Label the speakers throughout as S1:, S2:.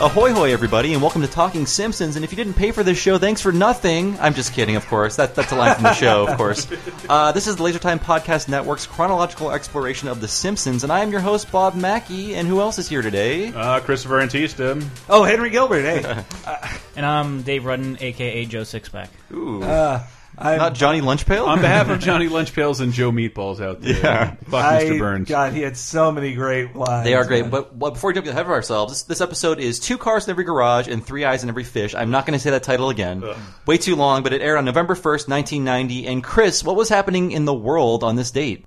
S1: Ahoy, hoy, everybody, and welcome to Talking Simpsons. And if you didn't pay for this show, thanks for nothing. I'm just kidding, of course. That, that's a line from the show, of course. Uh, this is the Laser Time Podcast Network's chronological exploration of The Simpsons, and I am your host, Bob Mackey. And who else is here today?
S2: Uh, Christopher Antista.
S3: Oh, Henry Gilbert, hey.
S4: And I'm Dave Rudden, aka Joe Sixpack.
S1: Ooh,
S3: Uh, I'm,
S1: not Johnny Lunchpail?
S2: On behalf of Johnny Lunchpails and Joe Meatballs out there,
S1: Yeah.
S2: fuck
S3: I-
S2: Mr. Burns.
S3: God, he had so many great lines.
S1: They are great.
S3: man.
S1: But, but before we jump ahead of ourselves, this, this episode is Two Cars in Every Garage and Three Eyes in Every Fish. I'm not going to say that title again. Way too long, but it aired on November 1st, 1990. And Chris, what was happening in the world on this date?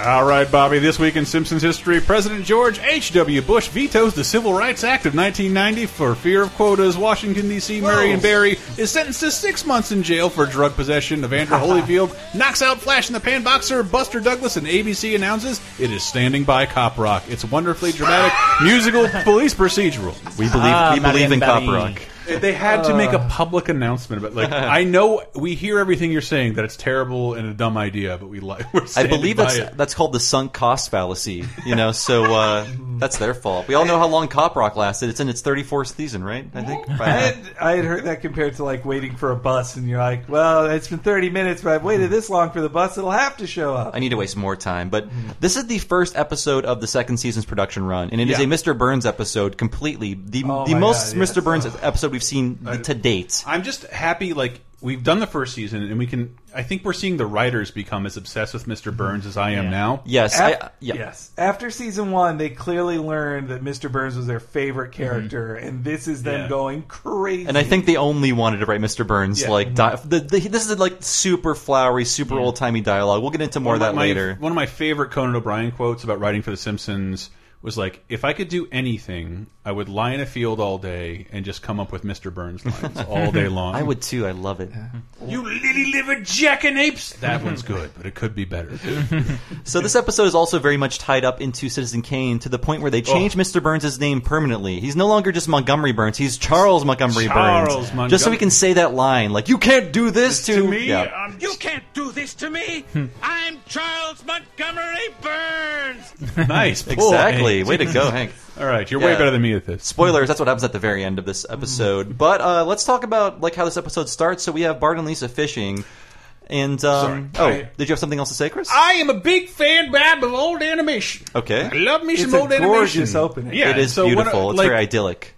S2: All right, Bobby. This week in Simpsons history, President George H.W. Bush vetoes the Civil Rights Act of 1990 for fear of quotas. Washington, D.C. Marion Barry is sentenced to six months in jail for drug possession. Evander Holyfield knocks out Flash in the Pan Boxer. Buster Douglas and ABC announces it is standing by Cop Rock. It's a wonderfully dramatic musical police procedural.
S1: We believe,
S4: Ah,
S1: we believe in
S4: Marion
S1: Cop
S4: Barry.
S1: Rock.
S2: They had to make a
S1: Uh.
S2: public announcement about like I know we hear everything you're saying that it's terrible and a dumb idea, but we like we're
S1: I
S2: standing
S1: believe
S2: by
S1: that's
S2: it.
S1: that's called the sunk cost fallacy, you know. So uh, that's their fault. We all know how long Cop Rock lasted. It's in its 34th season, right? I think. By
S3: I
S1: now.
S3: had, I had heard that compared to like waiting for a bus, and you're like, well, it's been 30 minutes, but I've waited this long for the bus, it'll have to show up.
S1: I need to waste more time. But this is the first episode of the second season's production run, and it is
S2: Yeah.
S1: a Mr. Burns episode completely. The,
S3: Oh
S1: the
S3: my
S1: most
S3: God, yes.
S1: Mr. Burns episode we've seen to date.
S2: I'm just happy like we've done the first season and we can I think we're seeing the writers become as obsessed with Mr. Burns as I am
S4: Yeah.
S2: now.
S1: Yes. I,
S3: Af-
S1: yeah.
S3: Yes. After season one, they clearly learned that Mr. Burns was their favorite
S4: Mm-hmm.
S3: character, and this is them
S2: Yeah.
S3: going crazy.
S1: And I think they only wanted to write Mr. Burns
S2: Yeah.
S1: like di- the, the, this is like super flowery, super old timey dialogue. We'll get into more of that
S2: my,
S1: later.
S2: One of my favorite Conan O'Brien quotes about writing for The Simpsons was like, "If I could do anything, I would lie in a field all day and just come up with Mr. Burns lines all day long."
S1: I would too. I love it.
S2: You lily livered jackanapes. That one's good, but it could be better.
S1: So this episode is also very much tied up into Citizen Kane to the point where they changed Mr. Burns' name permanently. He's no longer just Montgomery Burns. He's Charles Montgomery
S2: Charles
S1: Burns.
S2: Montgomery.
S1: Just so we can say that line, like "You can't do this,
S2: to me,
S1: Yeah.
S2: um,
S5: You can't do this to me!
S2: Hmm.
S5: I'm Charles Montgomery Burns!
S2: nice. pull,
S1: Exactly.
S2: Hank.
S1: Way to go, Hank.
S2: All right, you're way
S1: Yeah.
S2: better than me at this.
S1: Spoilers. That's what happens at the very end of this episode.
S2: Mm.
S1: But uh, let's talk about like how this episode starts. So we have Bart and Lisa fishing, and um, oh,
S2: Sorry.
S1: did you have something else to say, Chris?
S2: I am a big fan, Bob, of old animation.
S1: Okay.
S2: I love me
S3: It's
S2: some
S3: a
S2: old animation.
S3: gorgeous opening.
S2: Yeah,
S1: it is
S2: so what-
S1: beautiful. it's
S2: like,
S1: very idyllic.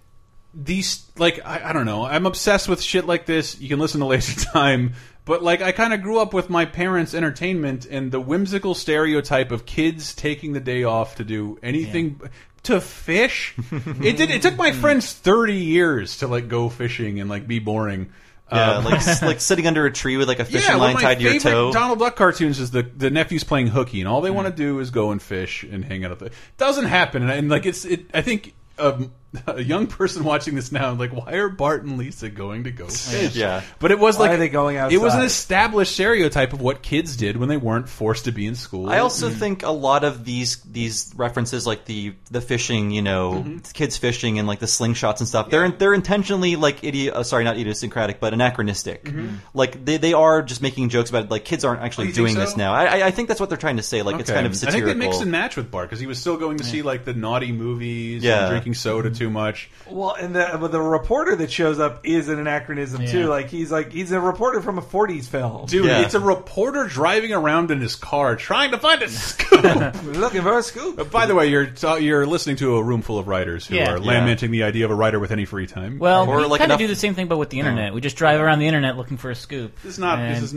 S2: These, like, I, I don't know. I'm obsessed with shit like this. You can listen to Lazy Time, but like, I kind of grew up with my parents' entertainment and the whimsical stereotype of kids taking the day off to do anything. To fish, it did. It took my friends thirty years to like go fishing and like be boring.
S1: Yeah,
S2: Um,
S1: like s- like sitting under a tree with like a fishing
S2: yeah,
S1: line
S2: one of my
S1: tied to your
S2: favorite
S1: toe. Hmm.
S2: Donald Duck cartoons is the the nephews playing hooky, and all they want to do is go and fish and hang out. At the, doesn't happen, and, and like it's it. I think um, a young person watching this now, like, why are Bart and Lisa going to go fish?
S1: Yeah.
S2: but it was
S3: Why
S2: like
S3: are they going
S2: It was an
S3: outside?
S2: established stereotype of what kids did when they weren't forced to be in school.
S1: I also think a lot of these these references, like the the fishing, you know,
S2: Mm-hmm.
S1: kids fishing and like the slingshots and stuff, they're they're intentionally like idiot. Uh, sorry, not idiosyncratic, but anachronistic. Like they, they are just making jokes about it. Like kids aren't actually
S2: Mm-hmm. Oh, you think
S1: doing this
S2: so?
S1: now. I, I- I think that's what they're trying to say. Like it's
S2: Okay.
S1: kind of satirical.
S2: I think they mixed and matched with Bart because he was still going to see like the naughty movies,
S1: Yeah.
S2: and drinking soda too much.
S3: Well, and the but the reporter that shows up is an anachronism too.
S4: Yeah.
S3: Like he's like he's a reporter from a '40s film.
S2: Dude,
S1: Yeah.
S2: it's a reporter driving around in his car trying to find a scoop.
S3: We're looking for a scoop.
S2: By the way, you're you're listening to a room full of writers who
S4: Yeah.
S2: are
S4: Yeah.
S2: lamenting the idea of a writer with any free time.
S4: Well,
S1: Or
S4: we
S1: like
S4: kind
S1: enough-
S4: of do the same thing, but with the internet. We just drive around the internet looking for a scoop.
S2: this is not. This
S4: And-
S2: is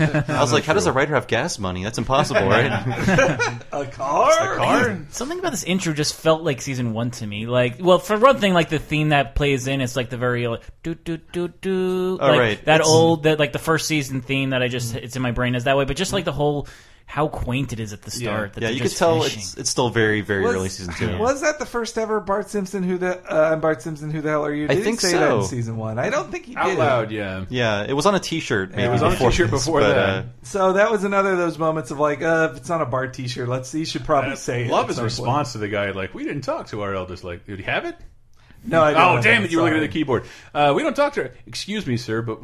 S2: not.
S1: I was like, how does a writer have gas money? That's impossible, right?
S3: A car.
S2: car?
S4: Something about this intro just felt like season one to me. Like, well, for one thing, like the theme that plays in, it's like the very like, do do do do,
S1: All
S4: like
S1: Oh, right.
S4: that
S1: It's-
S4: old that like the first season theme that I just it's in my brain is that way. But just like the whole how quaint it is at the start. that
S1: yeah,
S4: they're
S1: you could
S4: just
S1: tell
S4: fishing.
S1: it's it's still very very early season two.
S3: Was that the first ever Bart Simpson? Who the uh, I'm Bart Simpson? Who the hell are you? Did he
S1: think
S3: say that in
S1: so.
S3: season one? I don't think he
S2: out
S3: did.
S2: loud? Yeah.
S1: Yeah, it was on a T-shirt. Maybe
S3: it was
S2: on a
S1: before
S2: T-shirt
S1: this,
S2: before
S1: but,
S2: that.
S1: uh,
S3: So that was another of those moments of like, uh, if it's on a Bart T-shirt, let's you should probably say. it
S2: Love
S3: at
S2: his
S3: some point.
S2: response to the guy, like, "We didn't talk to our elders. Like, did you have it?
S3: No, I don't
S2: Oh,
S3: have
S2: damn
S3: that.
S2: it! You were looking at
S3: Sorry.
S2: the keyboard. Uh, we don't talk to. Her. Excuse me, sir, but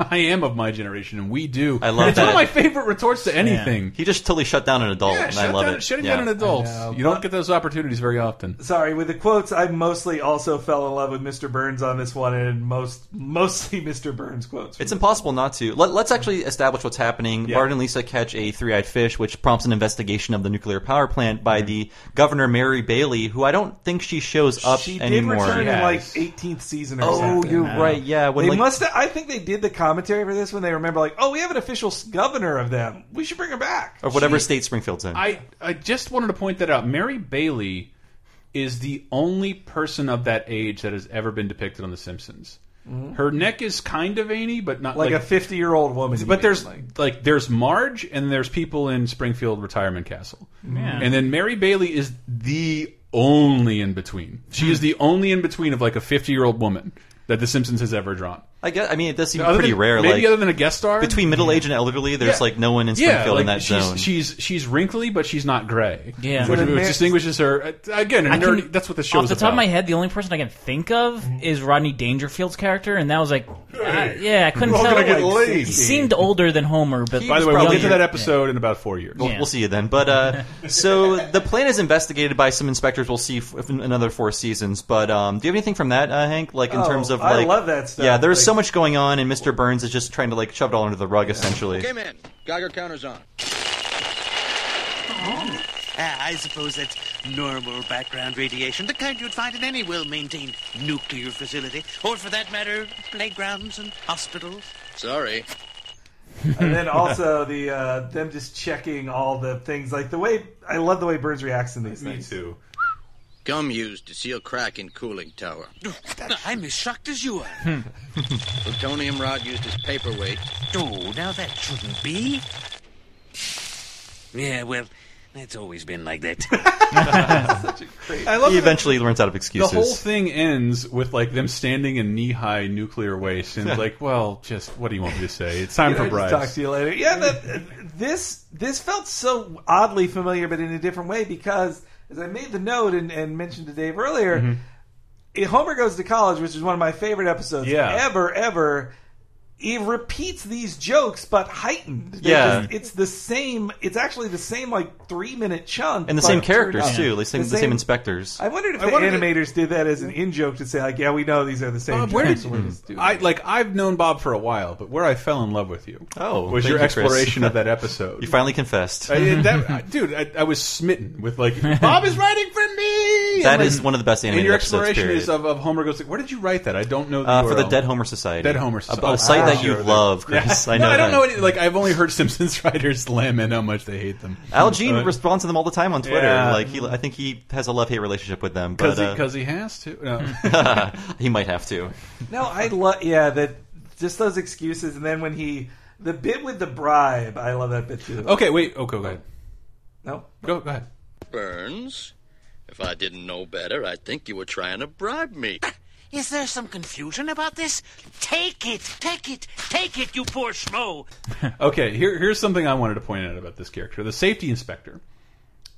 S2: I am of my generation, and we do.
S1: I love
S2: it's one of
S1: that.
S2: my favorite retorts to anything.
S1: He just totally shut down an adult,
S2: Yeah,
S1: and
S2: shut
S1: I love
S2: down,
S1: it.
S2: Shutting
S1: yeah.
S2: down an adult.
S3: I know.
S2: You don't get those opportunities very often.
S3: Sorry, with the quotes, I mostly also fell in love with Mr. Burns on this one, and most mostly Mr. Burns quotes.
S1: It's impossible not to. Let, let's actually establish what's happening. Bart and Lisa catch a three-eyed fish, which prompts an investigation of the nuclear power plant
S2: Mm-hmm.
S1: by the governor Mary Bailey, who I don't think she shows up
S3: she did
S1: anymore.
S3: return in
S2: Yes.
S3: like 18th season or
S1: Oh,
S3: something.
S1: you're right. Yeah, when
S3: they
S1: like,
S3: must. I think they did the commentary for this when they remember like, oh, we have an official s- governor of them. We should bring her back.
S1: or whatever state Springfield's in.
S2: I I just wanted to point that out. Mary Bailey is the only person of that age that has ever been depicted on The Simpsons. Her neck is kind of veiny, but not
S3: like,
S2: Mm-hmm. like,
S3: a 50 year old woman.
S2: But there's
S3: like,
S2: like there's Marge and there's people in Springfield Retirement Castle,
S4: Yeah.
S2: and then Mary Bailey is the only in between. She is the only in between of like a 50 year old woman that The Simpsons has ever drawn.
S1: I guess. I mean, it does seem
S2: Other
S1: pretty
S2: than-
S1: rare.
S2: maybe
S1: Like
S2: other than a guest star
S1: between middle age and elderly, there's
S2: Yeah.
S1: like no one in
S2: yeah,
S1: Springfield in
S2: like,
S1: that
S2: she's,
S1: zone.
S2: She's she's wrinkly, but she's not gray.
S4: Yeah.
S2: which,
S4: So
S3: the
S2: which
S3: ma-
S2: distinguishes her uh, again. a
S4: I
S2: nerdy-
S4: can-
S2: that's what the show's
S4: Off the
S2: about. Mm-hmm.
S4: top of my head, the only person I can think of is Rodney Dangerfield's character, and that was like, uh, yeah, I couldn't
S2: we're all
S4: tell.
S2: gonna get
S4: like,
S2: laid.
S4: he seemed older than Homer, but
S2: By the way,
S1: He's
S2: we'll
S1: probably-
S2: get to that episode in about four years.
S1: We'll,
S4: Yeah.
S1: we'll see you then. But uh, so the plan is investigated by some inspectors. We'll see f- if in another four seasons. But um, do you have anything from that, uh, Hank? Like in
S3: Oh,
S1: terms of
S3: I
S1: like,
S3: love that stuff.
S1: Yeah, there's so
S3: Like-
S1: much going on, and Mr. Burns is just trying to like shove it all under the rug, essentially.
S6: Came in. Geiger counter's on.
S5: Ah, I suppose that's normal background radiation, the kind you'd find in any well maintained nuclear facility, or for that matter, playgrounds and hospitals.
S6: Sorry.
S3: and then also the uh, them just checking all the things. Like the way I love the way Burns reacts in these
S2: Me
S3: things.
S2: too.
S6: Gum used to seal crack in cooling tower.
S5: I'm as shocked as you are.
S6: Plutonium rod used as paperweight.
S5: oh, now that shouldn't be. Yeah, well, that's always been like that.
S2: I love
S1: He
S2: that
S1: eventually learns out of
S2: the
S1: excuses.
S2: whole thing ends with like them standing in knee-high nuclear waste and like, well, just what do you want me to say? It's time
S3: Yeah,
S2: for
S3: I'll just Talk
S2: bribes.
S3: to you later. Yeah, that, this this felt so oddly familiar, but in a different way because as I made the note and, and mentioned to Dave earlier, eh, Homer goes to college, which is one of my favorite episodes
S2: Yeah.
S3: ever, ever. He repeats these jokes, but heightened. They're
S1: Yeah.
S3: just- it's the same. It's actually the same like three minute chunk,
S1: and the
S3: but
S1: same
S3: turned
S1: characters
S3: up.
S1: too, like same, the, same inspectors.
S3: I wondered if
S2: I
S3: the
S2: wondered if-
S3: animators did that as an in joke to say like, yeah, we know these are the same.
S2: Bob, where
S3: jokes,
S2: did
S3: we're just doing
S2: I like? I've known Bob for a while, but where I fell in love with you
S1: Oh,
S2: was
S1: thank
S2: your
S1: you, Chris.
S2: exploration of that episode.
S1: you finally confessed.
S2: I- I- that- I- dude, I, I was smitten with like Bob is writing for me.
S1: That
S2: I'm
S1: is
S2: like-
S1: one of the best
S2: And
S1: animated
S2: your
S1: episodes.
S2: exploration
S1: Period.
S2: is of, of Homer goes like, where did you write that? I don't know the
S1: uh, for the
S2: URL."
S1: Dead Homer Society.
S2: Dead Homer
S1: A-
S2: Society.
S1: A, site that you
S2: Sure, that-
S1: love, Chris. I know.
S2: no, I don't
S1: that.
S2: know any. Like I've only heard Simpsons writers lament how much they hate them.
S1: Al Jean responds to them all the time on Twitter.
S2: Yeah.
S1: Like he, I think he has a love hate relationship with them, but
S2: because
S1: uh,
S2: he, has to. No.
S1: he might have to.
S3: No, I love yeah that just those excuses, and then when he the bit with the bribe, I love that bit
S1: Oh.
S3: too.
S2: okay, wait. Okay, go ahead.
S3: no,
S2: Go, go ahead.
S6: Burns. If I didn't know better, I'd think you were trying to bribe me.
S5: Is there some confusion about this? Take it, take it, take it, you poor schmo.
S2: Okay, here, here's something I wanted to point out about this character, the safety inspector.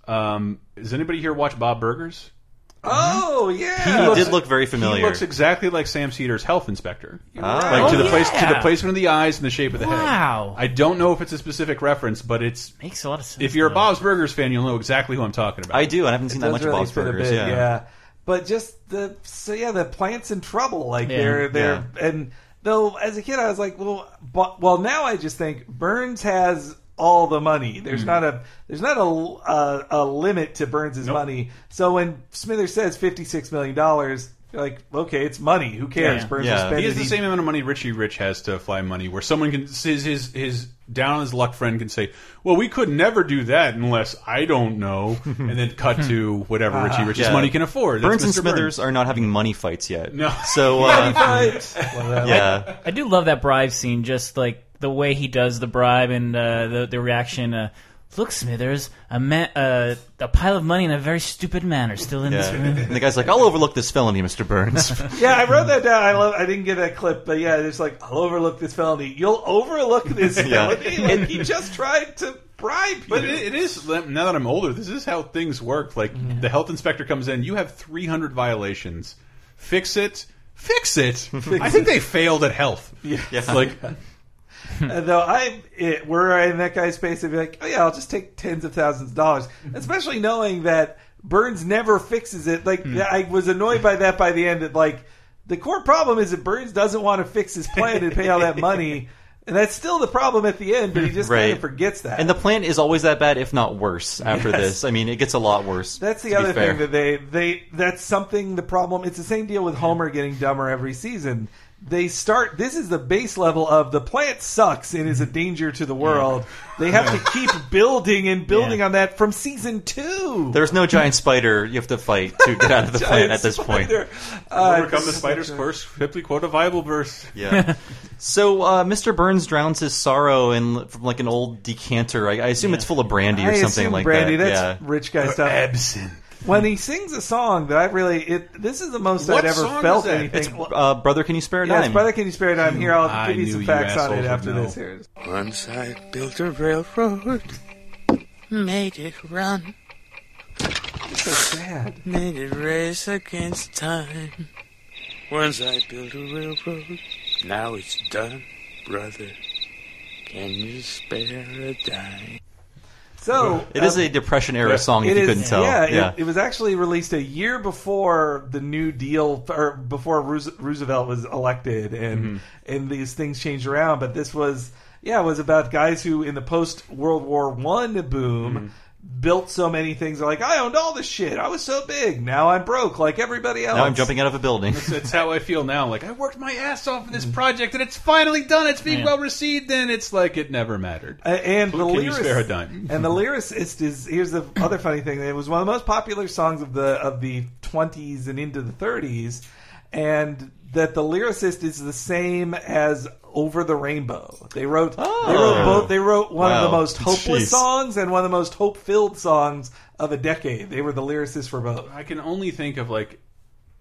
S2: Um, does anybody here watch Bob Burgers?
S3: oh yeah,
S1: Mm-hmm. He did look very familiar.
S2: He looks exactly like Sam Cedar's health inspector,
S1: Ah.
S2: like to the
S4: Oh,
S2: place to the
S4: yeah.
S2: placement of the eyes and the shape of the head.
S4: Wow.
S2: I don't know if it's a specific reference, but it's
S4: makes a lot of sense.
S2: if you're a
S4: though.
S2: Bob's Burgers fan, you'll know exactly who I'm talking about.
S1: I do, and I haven't seen that
S3: Those
S1: much
S3: really
S1: of Bob's
S3: fit a
S1: Burgers.
S3: bit,
S1: yeah.
S3: But just the so yeah, the plants in trouble. Like
S4: Yeah.
S3: they're they're and though as a kid I was like, well, but, well now I just think Burns has all the money.
S1: Mm.
S3: There's not a there's not a a, a limit to Burns's money. So when Smithers says fifty six million dollars. you're Like okay, it's money. Who cares?
S4: Yeah.
S3: Burns
S1: Yeah.
S3: will spend
S2: He has
S3: it.
S2: the
S3: He-
S2: same amount of money Richie Rich has to fly money, where someone can his his his down on his luck friend can say, "Well, we could never do that unless I don't know," and then cut to whatever Richie Rich's
S1: Yeah.
S2: money can afford. That's
S1: Burns and
S2: Mr.
S1: Smithers are not having money fights yet.
S2: No.
S1: So uh,
S3: Love that.
S1: yeah,
S4: I do love that bribe scene, just like the way he does the bribe and uh, the the reaction. Uh, Look, Smithers, a, ma- uh, a pile of money in a very stupid manner still in
S1: yeah.
S4: this room.
S1: And the guy's like, "I'll overlook this felony, Mr. Burns."
S3: Yeah, I wrote that down. I love. I didn't get that clip, but yeah, it's like I'll overlook this felony. You'll overlook this
S1: Yeah.
S3: felony. Like he just tried to bribe you.
S2: But it, it is now that I'm older. This is how things work. Like the health inspector comes in, you have 300 violations. Fix it. Fix it. I think they failed at health.
S1: Yeah.
S2: Like
S3: Uh, Though I, it, were I in that guy's space, I'd be like, oh yeah, I'll just take tens of thousands of dollars, especially knowing that Burns never fixes it. Like I was annoyed by that by the end. That like the core problem is that Burns doesn't want to fix his plan and pay all that money. And that's still the problem at the end, but he just kind
S1: Right.
S3: of forgets that.
S1: And the plan is always that bad, if not worse. After this, I mean, it gets a lot worse.
S3: That's the
S1: to be
S3: other
S1: fair.
S3: thing that they they that's something the problem. It's the same deal with Homer getting dumber every season. They start. This is the base level of the plant sucks and is
S1: Mm-hmm.
S3: a danger to the world. They have to keep building and building
S4: Yeah.
S3: on that from season two.
S1: There's no giant spider you have to fight to get out of the plant at this point.
S3: Uh,
S2: Overcome the spider's curse. Simply quote a Bible verse.
S1: Yeah. so uh, Mr. Burns drowns his sorrow in from like an old decanter. I, I assume it's full of brandy or
S3: I
S1: something
S3: assume
S1: like
S3: Brandy,
S1: that.
S3: that's
S1: yeah.
S3: rich guy stuff.
S2: Absinthe.
S3: When he sings a song that I really, it this is the most
S2: What
S3: I've ever
S2: song
S3: felt
S2: is that?
S3: anything.
S1: It's uh, brother, can you spare a
S3: yes,
S1: dime?
S3: brother, can you spare it? I'm here. I'll
S2: I
S3: give you
S2: knew
S3: some
S2: you
S3: facts on
S2: assholes
S3: it
S2: would
S3: after
S2: know.
S3: this. Here's
S5: Once I built a railroad, made it run,
S3: so sad.
S5: made it race against time. Once I built a railroad, now it's done, brother. Can you spare a dime?
S3: So
S1: It is
S3: um,
S1: a depression era
S2: yeah.
S1: song. If
S3: It
S1: you
S3: is-
S1: couldn't tell,
S3: Yeah, it- It, was actually released a year before the New Deal, or before Roose- Roosevelt was elected, and
S1: Mm-hmm.
S3: and these things changed around. But this was, yeah, it was about guys who, in the post World War One boom.
S1: Mm-hmm.
S3: Built so many things, they're like I owned all this shit. I was so big. Now I'm broke, like everybody else.
S1: now I'm jumping out of a building.
S2: That's how I feel now. Like I worked my ass off for this
S3: Mm-hmm.
S2: project, and it's finally done. It's being
S4: Yeah.
S2: well received, and it's like it never mattered.
S3: Uh, and the
S2: Who can you
S3: lyric-
S2: spare a dime?
S3: and the lyricist is here's the other funny thing. It was one of the most popular songs of the of the twenties and into the thirties, and that the lyricist is the same as Over the Rainbow. They wrote they
S2: Oh.
S3: wrote both they wrote one of the
S1: Wow.
S3: most hopeless
S1: Jeez.
S3: songs and one of the most hope filled songs of a decade. They were the lyricists for both.
S2: I can only think of like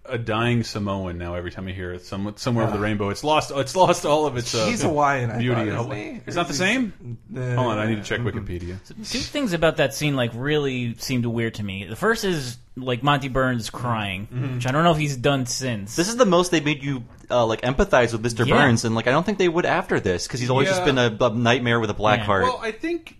S2: a dying Samoan now. Every time I hear it, some, somewhere over the rainbow, it's lost. It's lost all of its. Uh,
S3: Ah. He's Hawaiian, I
S2: beauty.
S3: thought,
S2: and
S3: isn't
S2: hope.
S3: he?
S2: It's not the same.
S3: Uh,
S2: Hold on, I need to check Wikipedia.
S4: Two things about that scene like really seemed weird to me. The first is like Monty Burns crying, which I don't know if he's done since.
S1: This is the most they made you uh, like empathize with Mr.
S4: Yeah.
S1: Burns, and like I don't think they would after this because he's always just
S2: Yeah.
S1: been a, a nightmare with a black
S4: Yeah.
S1: heart.
S2: Well, I think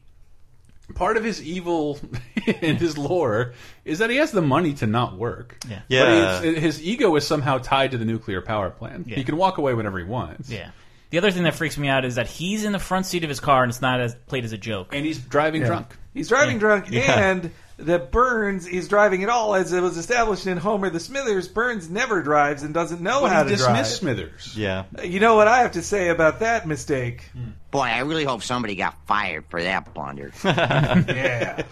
S2: part of his evil in his lore is that he has the money to not work.
S4: Yeah.
S1: Yeah.
S2: But he's- his ego is somehow tied to the nuclear power plant.
S4: Yeah.
S2: He can walk away whenever he wants.
S4: yeah. The other thing that freaks me out is that he's in the front seat of his car and it's not as played as a joke.
S2: And he's driving drunk.
S3: He's driving drunk,
S1: Yeah.
S3: and that Burns is driving at all, as it was established in Homer the Smithers. Burns never drives and doesn't know how
S2: But
S3: to
S2: he dismissed
S3: drive.
S2: Smithers.
S1: yeah,
S3: You know what I have to say about that mistake?
S1: Hmm.
S7: Boy, I really hope somebody got fired for that blunder.
S3: Yeah,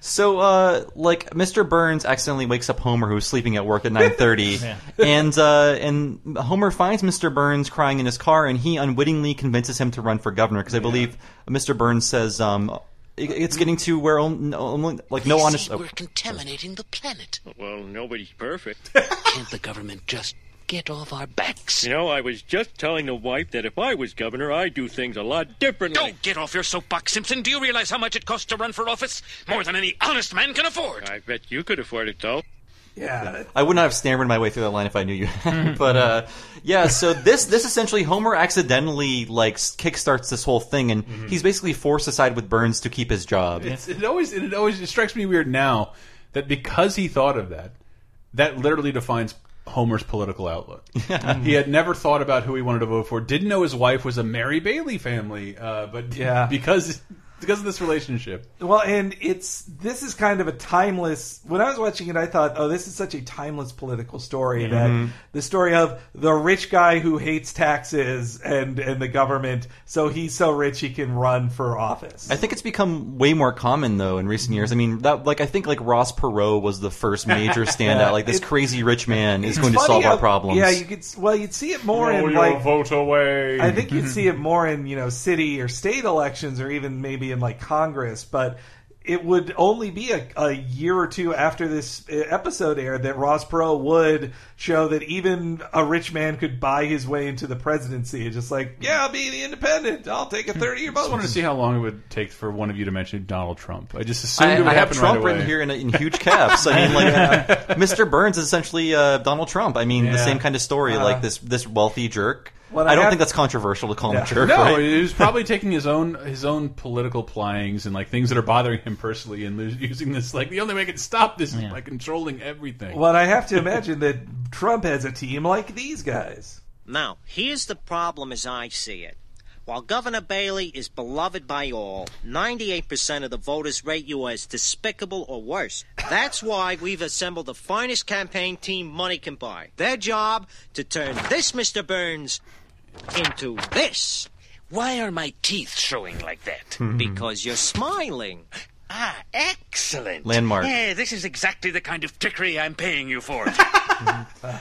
S1: So, uh, like, Mr. Burns accidentally wakes up Homer, who's sleeping at work at nine thirty, and uh, and Homer finds Mr. Burns crying in his car, and he unwittingly convinces him to run for governor because I believe Mr. Burns says, um, it, "It's getting to where on- no- only, like no honest." oh,
S8: We're contaminating the planet.
S9: Oh.
S6: Well, nobody's perfect.
S8: Can't the government just get off our backs?
S6: You know, I was just telling the wife that if I was governor, I'd do things a lot differently.
S9: Don't get off your soapbox, Simpson. Do you realize how much it costs to run for office? More than any honest man can afford.
S6: I bet you could afford it, though.
S3: yeah.
S1: I would not have stammered my way through that line if I knew you. but uh, yeah, so this this essentially Homer accidentally like s- kickstarts this whole thing, and he's basically forced aside with Burns to keep his job.
S2: It's, it always it always it strikes me weird now that because he thought of that, that literally defines Homer's political outlook. he had never thought about who he wanted to vote for. Didn't know his wife was a Mary Bailey family, uh, but
S3: Yeah.
S2: because because of this relationship,
S3: Well, and it's this is kind of a timeless. When I was watching it, I thought, oh, this is such a timeless political story
S1: Mm-hmm.
S3: that the story of the rich guy who hates taxes and and the government, so he's so rich he can run for office.
S1: I think it's become way more common though in recent years. I mean, that like I think like Ross Perot was the first major standout. Like this crazy rich man is going to
S3: Funny
S1: solve
S3: how-
S1: our problems.
S3: Yeah, you could. s- Well, you'd see it more in like
S2: vote away.
S3: I think you'd see it more in you know city or state elections, or even maybe in like Congress. But it would only be a, a year or two after this uh, episode aired that Ross Perot would show that even a rich man could buy his way into the presidency. It's just like, yeah, I'll be the independent. I'll take a thirty-year
S2: I just wanted to
S3: vote.
S2: see how long it would take for one of you to mention Donald Trump. I just assumed it
S1: I,
S2: would
S1: I have
S2: happen
S1: Trump
S2: right away.
S1: written here in, in huge caps. I mean, like Mr. Burns is essentially uh, Donald Trump. I mean, the
S2: Yeah.
S1: same kind of story. like this this wealthy jerk
S3: What
S1: I, don't
S3: have-
S1: think that's controversial to call him
S3: Yeah.
S1: a jerk.
S2: No,
S1: right?
S2: he was probably taking his own his own political plyings and like things that are bothering him personally, and lo- using this like the only way I can stop this is by controlling everything.
S3: Well, I have to imagine that Trump has a team like these guys.
S10: Now, here's the problem as I see it. While Governor Bailey is beloved by all, 98% of the voters rate you as despicable or worse. That's why we've assembled the finest campaign team money can buy. Their job to turn this Mr. Burns into this.
S8: Why are my teeth showing like that?
S10: Because you're smiling.
S9: Ah, excellent.
S1: Landmark.
S9: Yeah, this is exactly the kind of trickery I'm paying you for.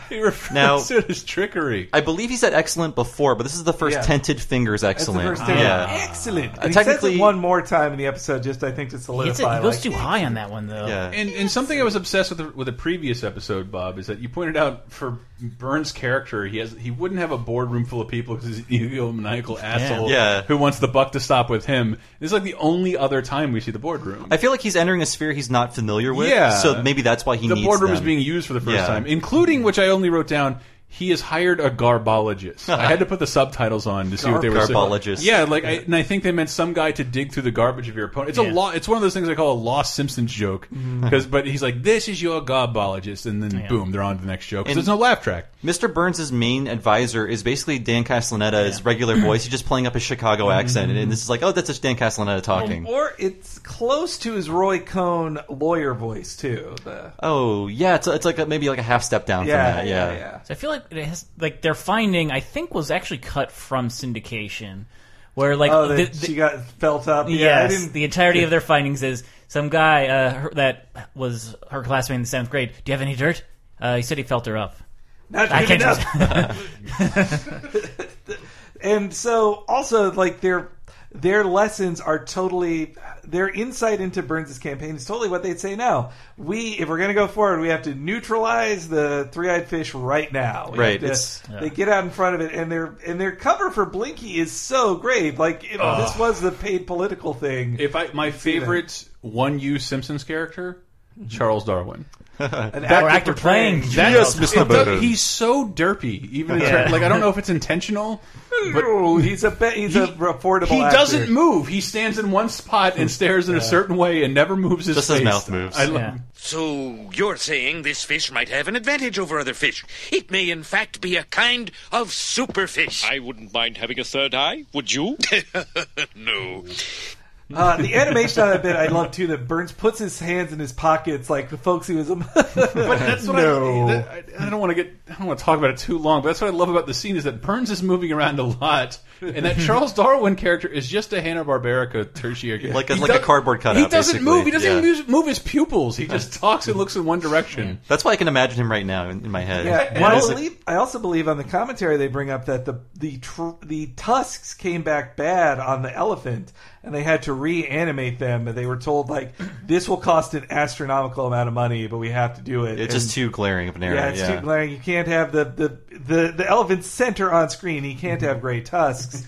S2: he refers
S1: Now-
S2: to it as trickery.
S1: I believe he said excellent before, but this is the first
S3: Yeah.
S1: tented fingers
S3: That's
S1: excellent.
S3: the first thing.
S1: Yeah.
S3: Excellent. And
S1: Uh,
S3: he says it
S1: technically-
S3: one more time in the episode just I think to
S4: He
S3: solidify.
S4: hits it- he goes
S3: like,
S4: too high on that one though.
S1: Yeah.
S2: And, and something I was obsessed with with a previous episode, Bob, is that you pointed out for Burns' character, he has he wouldn't have a boardroom full of people because he's an egomaniacal asshole
S1: Yeah.
S2: who wants the buck to stop with him. This is like the only other time we see the boardroom.
S1: I feel like he's entering a sphere he's not familiar with.
S2: Yeah.
S1: So maybe that's why he
S2: the
S1: needs
S2: boardroom is
S1: them.
S2: being used for the first
S1: Yeah.
S2: time, including which I only wrote down. He has hired a garbologist. I had to put the subtitles on to see what they were saying.
S1: Garbologist.
S2: Yeah, like, I, and I think they meant some guy to dig through the garbage of your opponent. It's a law. It's one of those things I call a lost Simpsons joke.
S1: Mm-hmm.
S2: Because, but he's like, "This is your garbologist," and then boom, they're on to the next joke. 'Cause
S1: And-
S2: there's no laugh track.
S1: Mr. Burns' main advisor is basically Dan Castellaneta's regular voice. He's just playing up his Chicago
S3: Mm-hmm.
S1: accent, and this is like, oh, that's just Dan Castellaneta talking.
S3: Or it's close to his Roy Cohn lawyer voice too. The,
S1: Oh, yeah, it's, it's like a, maybe like a half step down
S3: yeah,
S1: from that.
S3: yeah,
S1: Yeah,
S3: yeah.
S4: So I feel like it has like their finding I think was actually cut from syndication, where like
S3: Oh, the,
S4: the- the-
S3: she got felt up. Yeah, I
S4: yes,
S3: didn't-
S4: the entirety of their findings is some guy uh, her, that was her classmate in the seventh grade. Do you have any dirt? Uh, he said he felt her up.
S3: not
S4: I
S3: good
S4: can't
S3: enough.
S4: just.
S3: and so also like their their lessons are totally their insight into Burns' campaign is totally what they'd say now. We if we're gonna go forward, we have to neutralize the three eyed fish right now. We
S1: Right,
S3: have to-
S1: it's-
S3: They get out in front of it and their and their cover for Blinky is so great. Like you know, this was the paid political thing.
S2: If I my favorite one U Simpsons character, Mm-hmm. Charles Darwin.
S3: An
S4: Or actor playing.
S2: That's
S4: Charles-
S2: it does- he's so derpy. Even in ter- like I don't know if it's intentional, but
S3: Oh, he's a be- he's a affordable.
S2: He
S3: actor.
S2: doesn't move. He stands in one spot and stares in a certain way and never moves his
S1: Just
S2: face.
S1: his mouth moves.
S2: I love-
S4: Yeah.
S9: so you're saying this fish might have an advantage over other fish. It may, in fact, be a kind of superfish.
S11: I wouldn't mind having a third eye, would you?
S9: no.
S3: Uh, the animation on that bit I love too. That Burns puts his hands in his pockets like the folks he was. but
S2: That's what I, that, I, I don't want to get. I don't want to talk about it too long. But that's what I love about the scene is that Burns is moving around a lot, and that Charles Darwin character is just a Hanna Barbera tertiary,
S1: Like a-
S2: He
S1: like a cardboard cutout,
S2: He doesn't
S1: basically.
S2: move. He doesn't
S1: Yeah.
S2: even move, move his pupils. He just talks and looks in one direction.
S1: That's why I can imagine him right now in, in my head.
S3: Yeah,
S1: And
S3: well, I,
S1: it's-
S3: believe, I also believe on the commentary they bring up that the the tr- the tusks came back bad on the elephant, and they had to reanimate them. And they were told like this will cost an astronomical amount of money, but we have to do it.
S1: it's
S3: And-
S1: just too glaring of an error.
S3: yeah, it's too glaring. You can't have the the the, the elephant's center on screen. He can't have gray tusks.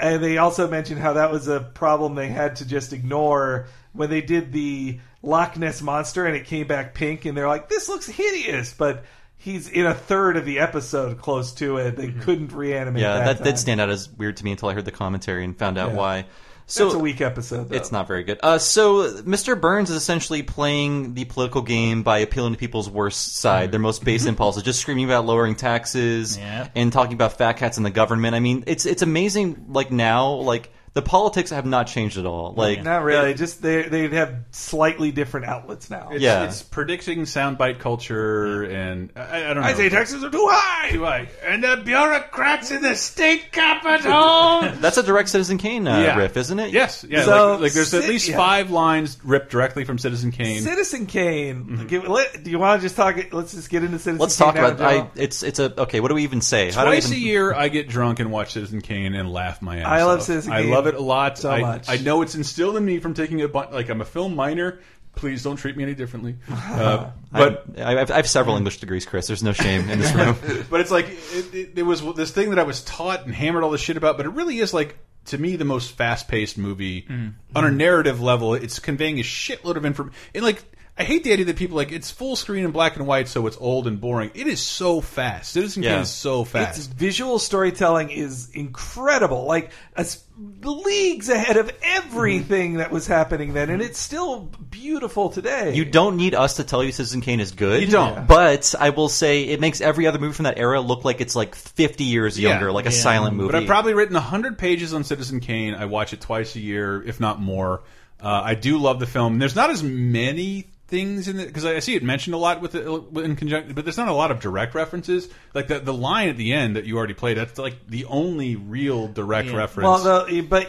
S3: and they also mentioned how that was a problem they had to just ignore when they did the Loch Ness monster and it came back pink, and they're like, "This looks hideous," but he's in a third of the episode close to it. They couldn't reanimate.
S1: Yeah,
S3: that,
S1: that
S3: time.
S1: did stand out as weird to me until I heard the commentary and found out
S3: Yeah.
S1: why. So
S3: That's a weak episode. Though.
S1: It's not very good. Uh, so Mr. Burns is essentially playing the political game by appealing to people's worst side, their most
S2: Mm-hmm.
S1: base impulses, just screaming about lowering taxes
S4: Yeah.
S1: and talking about fat cats in the government. I mean, it's it's amazing. Like now, like the politics have not changed at all. Like
S3: Not really. Just they they have slightly different outlets now.
S2: It's,
S1: Yeah.
S2: it's predicting soundbite culture, and I, I don't know.
S3: I say taxes are too high.
S2: Do I? And the bureaucrats in the state capital.
S1: that's a direct Citizen Kane uh,
S2: Yeah.
S1: riff, isn't it?
S2: Yes, yeah.
S3: So,
S2: like, like there's at
S3: Cit-
S2: least
S3: yeah.
S2: five lines ripped directly from Citizen Kane.
S3: Citizen Kane. Give- let- do you want to just talk? Let's just get into Citizen.
S1: Mm-hmm. Let's
S3: Kane
S1: talk
S3: now,
S1: about. I,
S3: Joe.
S1: it's it's a okay. What do we even say? How do we
S2: Twice
S1: even,
S2: a year, I get drunk and watch Citizen Kane and laugh my ass
S3: I love
S2: off.
S3: Citizen
S2: I
S3: Kane
S2: love it a lot.
S3: so
S2: I,
S3: much.
S2: I know it's instilled in me from taking a bu- like I'm a film minor. Please don't treat me any differently. Uh, but
S1: I, I've, I have several English degrees, Chris. There's no shame in this room.
S2: but it's like it, it, it was this thing that I was taught and hammered all this shit about. But it really is like to me the most fast paced movie on a narrative level. It's conveying a shitload of information. And like I hate the idea that people like it's full screen and black and white, so it's old and boring. It is so fast. Citizen Kane is so fast.
S3: Its visual storytelling is incredible. Like it's leagues ahead of everything
S1: Mm-hmm.
S3: that was happening then, and it's still beautiful today.
S1: You don't need us to tell you Citizen Kane is good.
S3: You don't. Yeah.
S1: But I will say it makes every other movie from that era look like it's like 50 years younger, like a silent movie.
S2: But I've probably written 100 pages on Citizen Kane. I watch it twice a year, if not more. Uh, I do love the film. There's not as many things in it because I see it mentioned a lot with it in conjunction, but there's not a lot of direct references. Like the the line at the end that you already played, that's like the only real direct reference.
S3: Well, the, but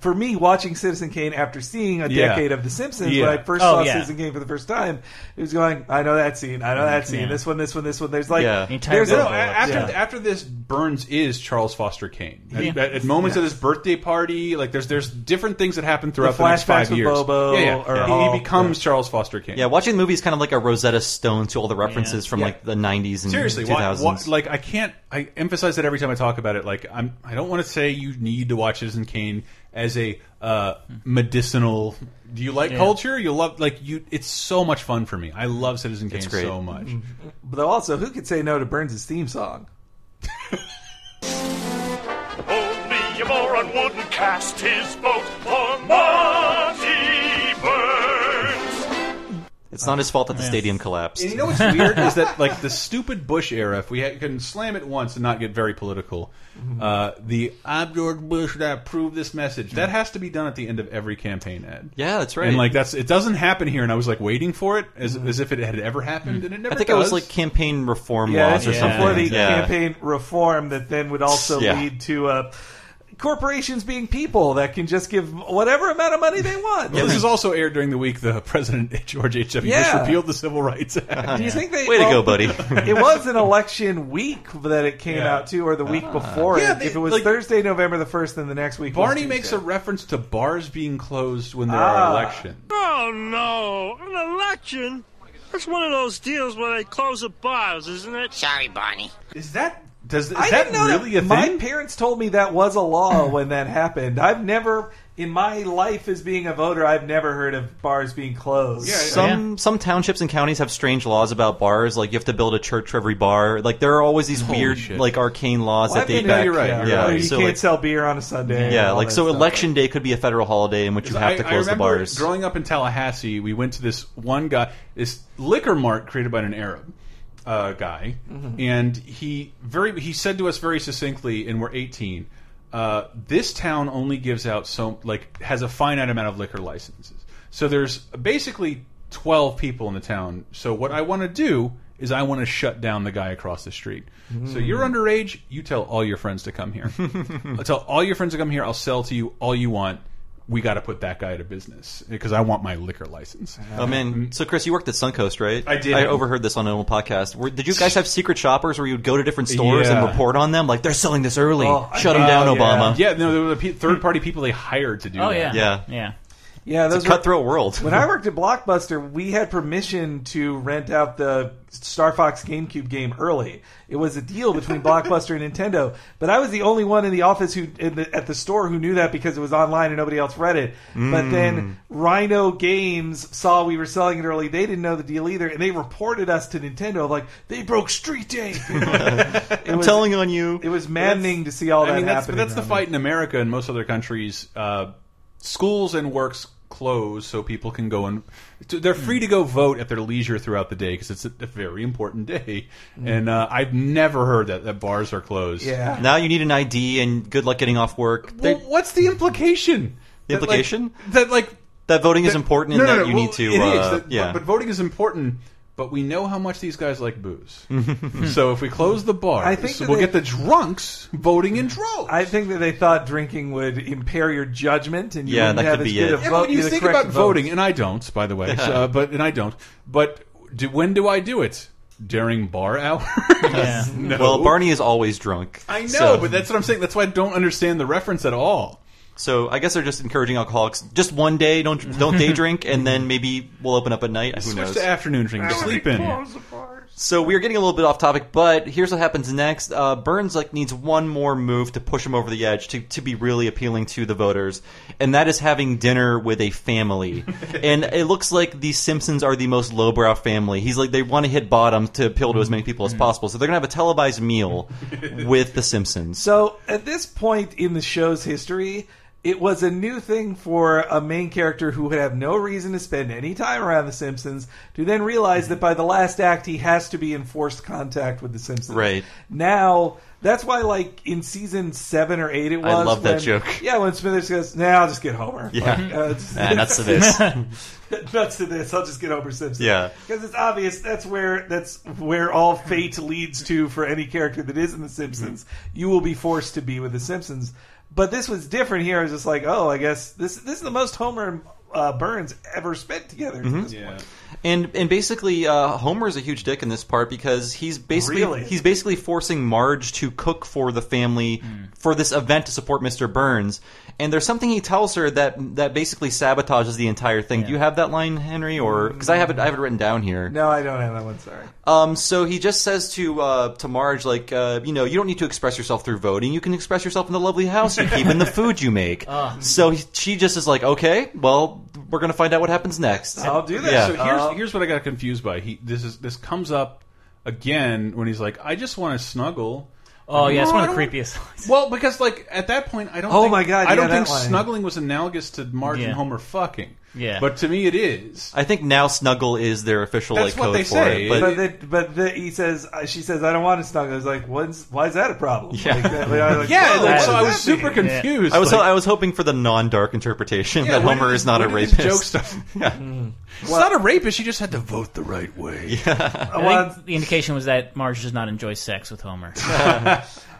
S3: for me, watching Citizen Kane after seeing a
S2: Yeah.
S3: decade of The Simpsons,
S2: Yeah.
S3: when I first
S2: Oh,
S3: saw
S2: yeah.
S3: Citizen Kane for the first time, it was going, I know that scene, I know that scene,
S2: Yeah.
S3: this one, this one, this one. There's like,
S2: there's
S3: there's
S2: no, a- after
S3: yeah.
S2: after this Burns is Charles Foster Kane. At,
S3: Yeah.
S2: at- at moments
S3: Yeah.
S2: of his birthday party, like there's there's different things that happen throughout the, next
S3: flashbacks
S2: five
S3: with
S2: years.
S3: Bobo
S2: yeah, yeah.
S3: are
S2: He-
S3: all-
S2: he becomes Charles Foster Kane.
S1: Yeah, watching the movie is kind of like a Rosetta Stone to all the references from
S2: Yeah.
S1: like the 90s and
S2: Seriously, why,
S1: 2000s.
S2: why, like I can't. I emphasize that every time I talk about it. Like I'm, I don't want to say you need to watch Citizen Kane as a uh, medicinal. Do you like
S3: Yeah.
S2: culture? You love like you. It's so much fun for me. I love Citizen Kane
S3: great.
S2: so much.
S3: But also, who could say no to Burns' theme song?
S12: Only a moron wouldn't cast his vote for Monty Burns.
S1: It's not his fault that the stadium collapsed.
S2: And you know what's weird is that like the stupid Bush era, if we had, can slam it once and not get very political, uh, the I'm George Bush and I approve this message that has to be done at the end of every campaign ad.
S1: Yeah, that's right.
S2: And like that's it doesn't happen here, and I was like waiting for it as, as if it had ever happened, and it never.
S1: I think it was
S2: does.
S1: like campaign reform
S3: yeah,
S1: laws or
S3: that's
S1: something.
S3: before the
S1: yeah.
S3: campaign reform that then would also
S1: Yeah.
S3: lead to uh, corporations being people that can just give whatever amount of money they want.
S2: Well, this is also aired during the week. The president George H. W. Bush
S3: Yeah.
S2: repealed the Civil Rights Act.
S3: Do you think they
S1: Way to
S3: well,
S1: go, buddy.
S3: it was an election week that it came
S2: Yeah.
S3: out to, or the week
S2: Ah.
S3: before.
S2: Yeah,
S3: it.
S2: they-
S3: if it was
S2: like-
S3: Thursday, November the first, then the next week. was
S2: Barney makes
S3: Tuesday.
S2: a reference to bars being closed when there
S3: Ah.
S2: are elections.
S12: Oh no, an election? That's one of those deals where they close the bars, isn't it?
S7: Sorry, Barney.
S2: Is that does is
S3: I
S2: that
S3: didn't know that.
S2: really a
S3: My
S2: thing?
S3: parents told me that was a law when that happened. I've never, in my life as being a voter, I've never heard of bars being closed.
S1: Some some townships and counties have strange laws about bars. Like you have to build a church for every bar. Like there are always these
S3: Holy
S1: weird,
S3: shit.
S1: like arcane laws
S3: Well, I've
S1: that date
S3: been
S1: back.
S3: there, you're right, you're
S1: yeah,
S3: right. You
S1: so
S3: can't
S1: like,
S3: sell beer on a Sunday.
S1: yeah,
S3: and
S1: like
S3: all
S1: so.
S3: that stuff.
S1: Election day could be a federal holiday in which you
S2: I-
S1: have to
S2: I
S1: close the
S2: remember
S1: bars.
S2: Growing up in Tallahassee, we went to this one guy, this liquor mart created by an Arab uh, guy,
S1: Mm-hmm.
S13: Mhm.
S2: and he very he said to us very succinctly, and we're eighteen. Uh, this town only gives out so like has a finite amount of liquor licenses. So there's basically twelve people in the town. So what I want to do is I want to shut down the guy across the street. So
S13: Mm.
S2: you're underage. You tell all your friends to come here. I'll tell all your friends to come here. I'll sell to you all you want. We got to put that guy out of business because I want my liquor license.
S1: Oh man! So Chris, you worked at Suncoast, right?
S2: I did.
S1: I overheard this on an old podcast. Were, did you guys have secret shoppers where you would go to different stores
S2: Yeah.
S1: and report on them? Like they're selling this early. Shut them
S2: Uh,
S1: down,
S2: yeah.
S1: Obama.
S2: Yeah, no, there were the pe- third party people they hired to do.
S1: Oh,
S2: that.
S1: yeah.
S4: Yeah.
S3: Yeah,
S1: It's a
S3: those
S1: cutthroat world.
S3: when I worked at Blockbuster, we had permission to rent out the Star Fox GameCube game early. It was a deal between Blockbuster and Nintendo, but I was the only one in the office who in the, at the store who knew that because it was online and nobody else read it. But
S13: Mm.
S3: then Rhino Games saw we were selling it early; they didn't know the deal either, and they reported us to Nintendo like they broke street day. I'm
S1: telling on you.
S3: It was maddening to see all
S2: I
S3: that
S2: mean, that's, but
S3: happening.
S2: that's the fight in America and most other countries. Uh, schools and works close so people can go and they're free to go vote at their leisure throughout the day because it's a, a very important day.
S1: Mm.
S2: And uh, I've never heard that that bars are closed.
S1: Now you need an ID and good luck getting off work.
S2: Well, what's the implication?
S1: The
S2: That, like-
S1: implication?
S2: that like
S1: That voting is important and that you need to,
S2: it is.
S1: uh,
S2: That- but-
S1: yeah.
S2: but, voting is important. But we know how much these guys like booze. so if we close the bars,
S3: I think that
S2: we'll
S3: they-
S2: get the drunks voting in droves.
S3: I think that they thought drinking would impair your judgment and you
S2: Yeah,
S3: wouldn't
S2: that
S3: have
S2: could
S3: as
S2: be
S3: good
S2: it.
S3: a
S2: Yeah, but
S3: vote.
S2: when you
S3: the
S2: think
S3: correct
S2: about
S3: vote.
S2: voting, and I don't, by the way,
S3: Yeah.
S2: uh, but and I don't, but do, when do I do it? During bar hour? No.
S1: Well, Barney is always drunk.
S2: I know,
S1: so-
S2: but that's what I'm saying. That's why I don't understand the reference at all.
S1: So I guess they're just encouraging alcoholics. Just one day, don't don't day drink, and then maybe we'll open up at night. Who
S2: Switch
S1: knows?
S2: to afternoon drinking. Sleep in.
S1: So we are getting a little bit off topic, but here's what happens next. Uh, Burns like needs one more move to push him over the edge to, to be really appealing to the voters, and that is having dinner with a family. and it looks like the Simpsons are the most lowbrow family. He's like they want to hit bottom to appeal to as many people as possible, so they're gonna have a televised meal with the Simpsons.
S3: So at this point in the show's history, it was a new thing for a main character who would have no reason to spend any time around the Simpsons to then realize that by the last act he has to be in forced contact with the Simpsons.
S1: Right.
S3: Now that's why, like in season seven or eight, it was.
S1: I love that
S3: when-
S1: joke.
S3: Yeah, when Smithers goes, "Now I'll just get Homer."
S1: Yeah.
S3: Like, uh, it's-
S1: Ah, nuts to this.
S3: nuts to this. I'll just get Homer Simpson.
S1: Yeah.
S3: because it's obvious that's where that's where all fate leads to for any character that is in The Simpsons.
S1: Mm-hmm.
S3: You will be forced to be with The Simpsons. But this was different here. I was just like, oh, I guess this this is the most Homer and uh, Burns ever spent together. To
S1: Mhm.
S3: this point.
S1: And and basically, uh, Homer's a huge dick in this part because he's basically
S3: Really?
S1: he's basically forcing Marge to cook for the family for this event to support Mr. Burns. And there's something he tells her that that basically sabotages the entire thing. Do you have that line, Henry? Or because I have it, I have it written down here.
S3: No, I don't have that one. Sorry.
S1: Um, so he just says to uh, to Marge, like, uh, you know, you don't need to express yourself through voting. You can express yourself in the lovely house you keep and the food you make.
S3: Ah.
S1: So he, she just is like, okay, well, we're gonna find out what happens next. Yeah.
S2: So here's here's what I got confused by. He this is this comes up again when he's like, I just want to snuggle.
S4: Oh, yeah, it's one of the
S2: I don't-
S4: creepiest
S2: Well, because like at that point, I don't.
S4: Oh
S2: think-
S4: my God,
S2: I don't
S4: yeah,
S2: think
S4: that line.
S2: snuggling was analogous to Marge
S1: Yeah.
S2: and Homer fucking.
S1: Yeah.
S2: but to me it is.
S1: I think now snuggle is their official like code for it. But,
S3: But but, the, but the, he says, uh, she says, I don't want to snuggle. I was like, what's, why is that a problem?
S1: Yeah.
S3: Like, that- like, I was like,
S2: Yeah,
S3: whoa,
S2: like,
S3: what
S2: so
S3: does
S2: I
S3: that
S2: was super
S3: mean?
S2: confused.
S1: I was
S2: like-
S1: I was hoping for the non-dark interpretation
S2: Yeah,
S1: that
S2: when
S1: Homer
S2: did-
S1: is not a
S2: when did this
S1: rapist.
S2: Joke stuff. It's
S4: Well-
S2: not a rapist. You just had to vote the right way.
S3: Uh,
S4: I think the indication was that Marge does not enjoy sex with Homer.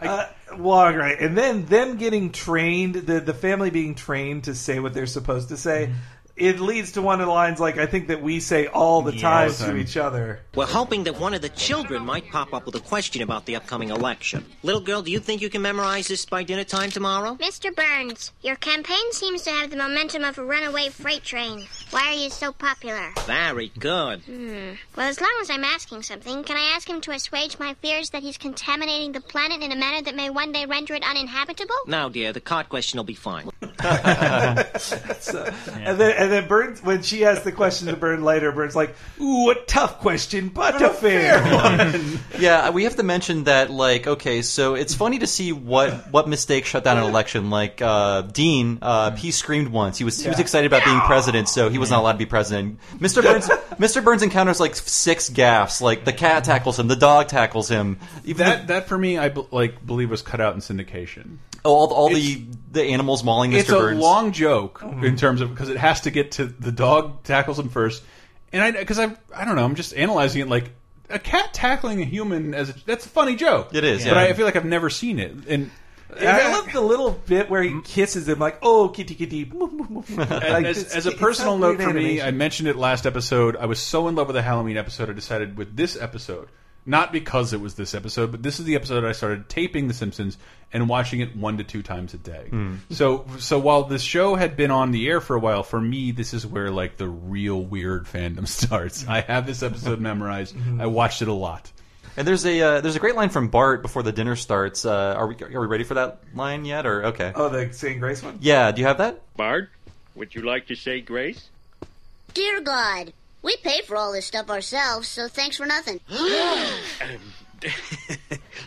S3: Uh, well, right, and then them getting trained, the the family being trained to say what they're supposed to say, it leads to one of the lines like I think that we say all the
S10: Yeah,
S3: time
S10: all the
S3: to
S10: time.
S3: each other.
S10: We're hoping that one of the children might pop up with a question about the upcoming election. Little girl, do you think you can memorize this by dinner time tomorrow?
S13: Mr. Burns, your campaign seems to have the momentum of a runaway freight train. Why are you so popular?
S10: Very good.
S13: Hmm. Well, as long as I'm asking something, can I ask him to assuage my fears that he's contaminating the planet in a manner that may one day render it uninhabitable?
S10: Now, dear, the card question will be fine.
S3: So, And then and then Burns when she asks the question to Burns later, Burns like, "Ooh, a tough question, but a fair one."
S1: yeah, we have to mention that. Like, okay, so it's funny to see what what mistakes shut down an election. Like uh, Dean, uh,
S2: Mm-hmm.
S1: he screamed once. He was he was
S3: Yeah.
S1: excited about being president, so he was not allowed to be president. Mr. Burns, Mr. Burns encounters like six gaffes. Like the cat tackles him, the dog tackles him. Even
S2: that that for me, I be- like believe was cut out in syndication.
S1: Oh, all, all the the animals mauling Mr.
S2: It's a
S1: Burns.
S2: long joke
S1: Mm.
S2: in terms of because it has to get to the dog tackles him first, and I because I I don't know. I'm just analyzing it like a cat tackling a human as a, that's a funny joke. It
S1: is,
S2: but
S1: yeah.
S2: I feel like I've never seen it. And
S3: And I love the little bit where he kisses him like, "Oh, kitty kitty." Like,
S2: as,
S3: it's-
S2: as a
S3: it's
S2: personal
S3: not
S2: note
S3: weird
S2: for me,
S3: animation.
S2: I mentioned it last episode. I was so in love with the Halloween episode, I decided with this episode, not because it was this episode, but this is the episode I started taping The Simpsons and watching it one to two times a day.
S14: Hmm.
S2: So, so while the show had been on the air for a while, for me, this is where like the real weird fandom starts. I have this episode memorized.
S3: Mm-hmm.
S2: I watched it a lot.
S1: And there's a uh, there's a great line from Bart before the dinner starts. Uh, are we are we ready for that line yet? Or okay,
S3: Oh, the St. Grace one.
S1: yeah. Do you have that?
S11: Bard, would you like to say grace?
S13: Dear God, we pay for all this stuff ourselves, so thanks for nothing.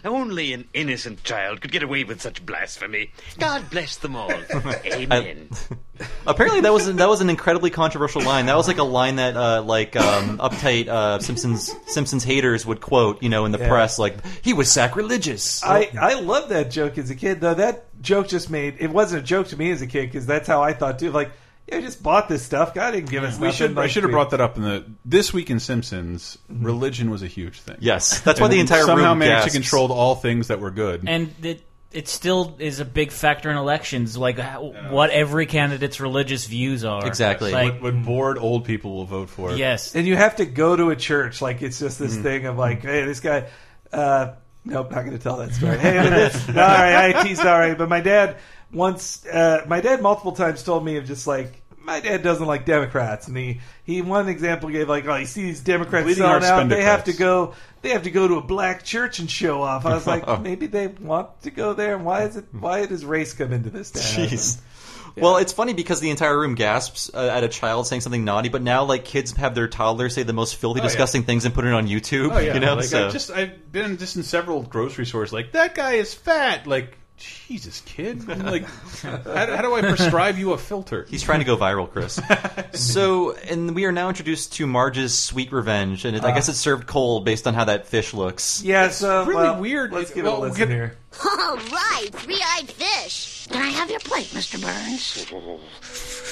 S9: Only an innocent child could get away with such blasphemy. God bless them all. Amen.
S1: Apparently that was that was an incredibly controversial line. That was like a line that uh, like um, uptight uh, Simpsons Simpsons haters would quote, you know, in the
S3: Yeah.
S1: press, like he was sacrilegious.
S3: I, I love that joke as a kid, though. That joke just made it wasn't a joke to me as a kid because that's how I thought too. Like, yeah, I just bought this stuff. God didn't give us.
S2: We
S3: nothing,
S2: should I
S3: like,
S2: should have
S3: we-
S2: brought that up in the this week in Simpsons.
S3: Mm-hmm.
S2: Religion was a huge thing.
S1: Yes, that's why
S2: And
S1: the entire
S2: somehow
S1: room
S2: managed
S1: gasps.
S2: to control all things that were good.
S4: and it, it still is a big factor in elections, like how, what every candidate's religious views are. Like,
S2: what, what bored old people will vote for.
S4: Yes.
S3: and you have to go to a church. Like, it's just this thing of like, hey, this guy. Uh, nope, not going to tell that story. hey, but this, all right, I teased all right, but my dad once, uh, my dad multiple times told me of just like. "Man, my dad doesn't like Democrats, and he, he one example he gave like, oh, you see these Democrats
S2: Bleeding
S3: selling
S2: heart
S3: out, they have
S2: spendocrats.
S3: to go, they have to go to a black church and show off. I was like, maybe they want to go there. and Why is it? Why does race come into this? Dad?
S1: Jeez. Well, it's funny because the entire room gasps uh, at a child saying something naughty, but now like kids have their toddlers say the most filthy,
S2: Oh, yeah.
S1: disgusting things and put it on YouTube.
S2: Oh yeah,
S1: you know,
S2: like,
S1: so
S2: I just I've been just in several grocery stores. Like that guy is fat. Like Jesus, kid. I'm like how, how do I prescribe you a filter?
S1: he's trying to go viral, Chris. so, and we are now introduced to Marge's sweet revenge, and it, I
S3: Ah.
S1: guess it's served cold based on how that fish looks.
S3: Yeah, so
S2: really
S3: well,
S2: weird.
S3: Let's
S2: It-
S3: get
S2: well,
S3: a listen
S2: get-
S3: here.
S14: All right, three-eyed fish. Can I have your plate, Mr. Burns?